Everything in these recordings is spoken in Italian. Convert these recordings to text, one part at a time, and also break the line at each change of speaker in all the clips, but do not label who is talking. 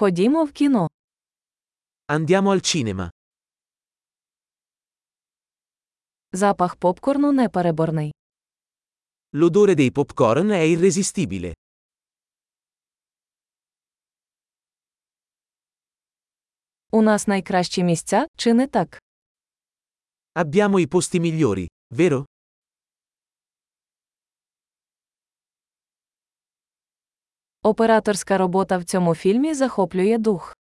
Ходімо в кіно.
Andiamo al cinema.
Запах попкорну непереборний.
L'odore dei popcorn è irresistibile.
У нас найкращі місця, чи не так?
Abbiamo i posti migliori, vero?
Операторська робота в цьому фільмі захоплює дух.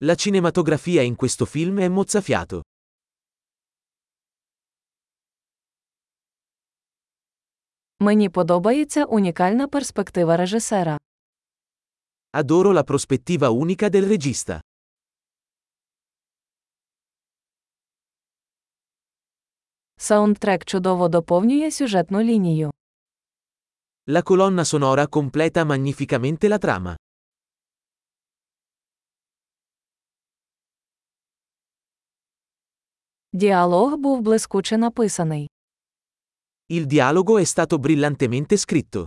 La cinematografia in questo film è mozzafiato.
Мені подобається унікальна перспектива режисера.
Adoro la prospettiva unica del regista.
Саундтрек чудово доповнює сюжетну лінію.
La colonna sonora completa magnificamente la trama.
Діалог був блискуче написаний.
Il dialogo è stato brillantemente scritto.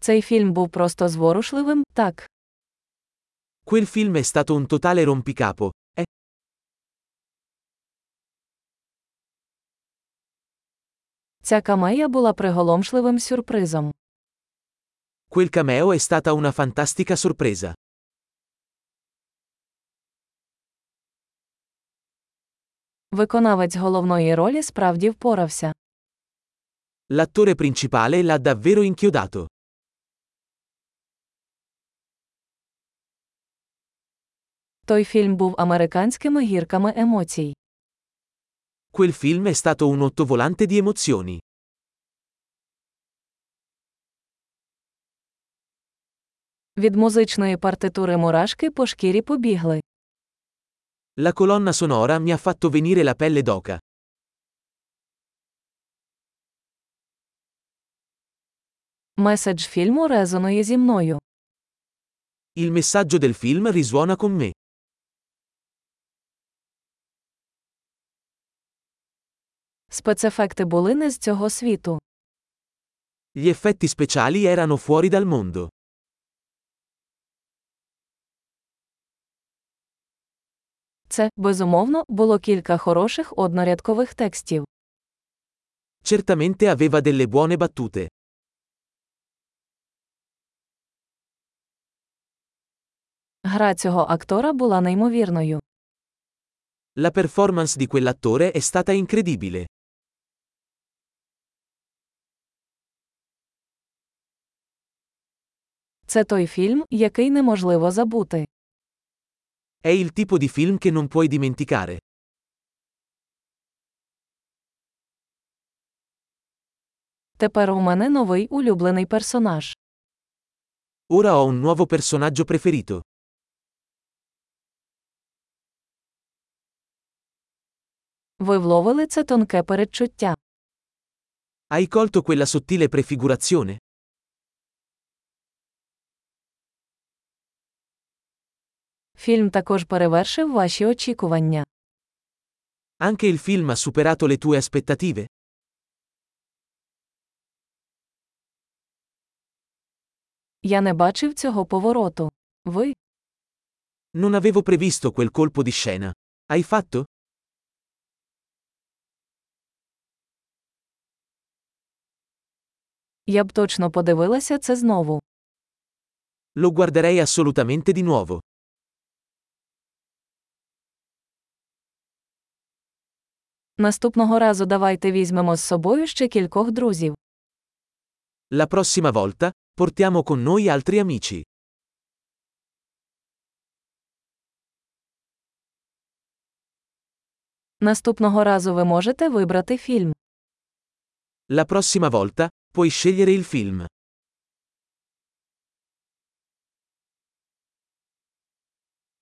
Цей фільм був просто зворушливим, так.
Quel film è stato un totale rompicapo. È
Ця камея була приголомшливим сюрпризом.
quel cameo è stata una fantastica sorpresa.
Виконавець головної ролі справді впорався.
L'attore principale l'ha davvero inchiodato.
Той фільм був американськими гірками емоцій.
Quel film è stato un ottovolante di emozioni.
Від музичної партитури мурашки по шкірі побігли.
La colonna sonora mi ha fatto venire la pelle d'oca.
Меседж фільму резонує зі мною.
Il messaggio del film risuona con me.
Спецефекти були не з цього світу.
Gli effetti speciali erano fuori dal mondo.
Це, безумовно, було кілька хороших однорядкових текстів.
Certamente aveva delle buone battute.
Гра цього актора була неймовірною.
La performance di quell'attore è stata incredibile.
Це той фільм, який неможливо забути.
È il tipo di film che non puoi dimenticare.
Тепер у мене новий улюблений персонаж.
Ora ho un nuovo personaggio preferito.
Ви вловили це тонке передчуття.
Hai colto quella sottile prefigurazione?
Фільм також перевершив ваші очікування.
Anche il film ha superato le tue aspettative?
Я не бачив цього повороту. Ви
Non avevo previsto quel colpo di scena. Hai fatto?
я б точно подивилася це знову.
Lo guarderei assolutamente di nuovo.
Наступного разу давайте візьмемо з собою ще кількох друзів.
La prossima volta, portiamo con noi altri amici.
Наступного разу ви можете вибрати фільм.
La prossima volta, puoi scegliere il film.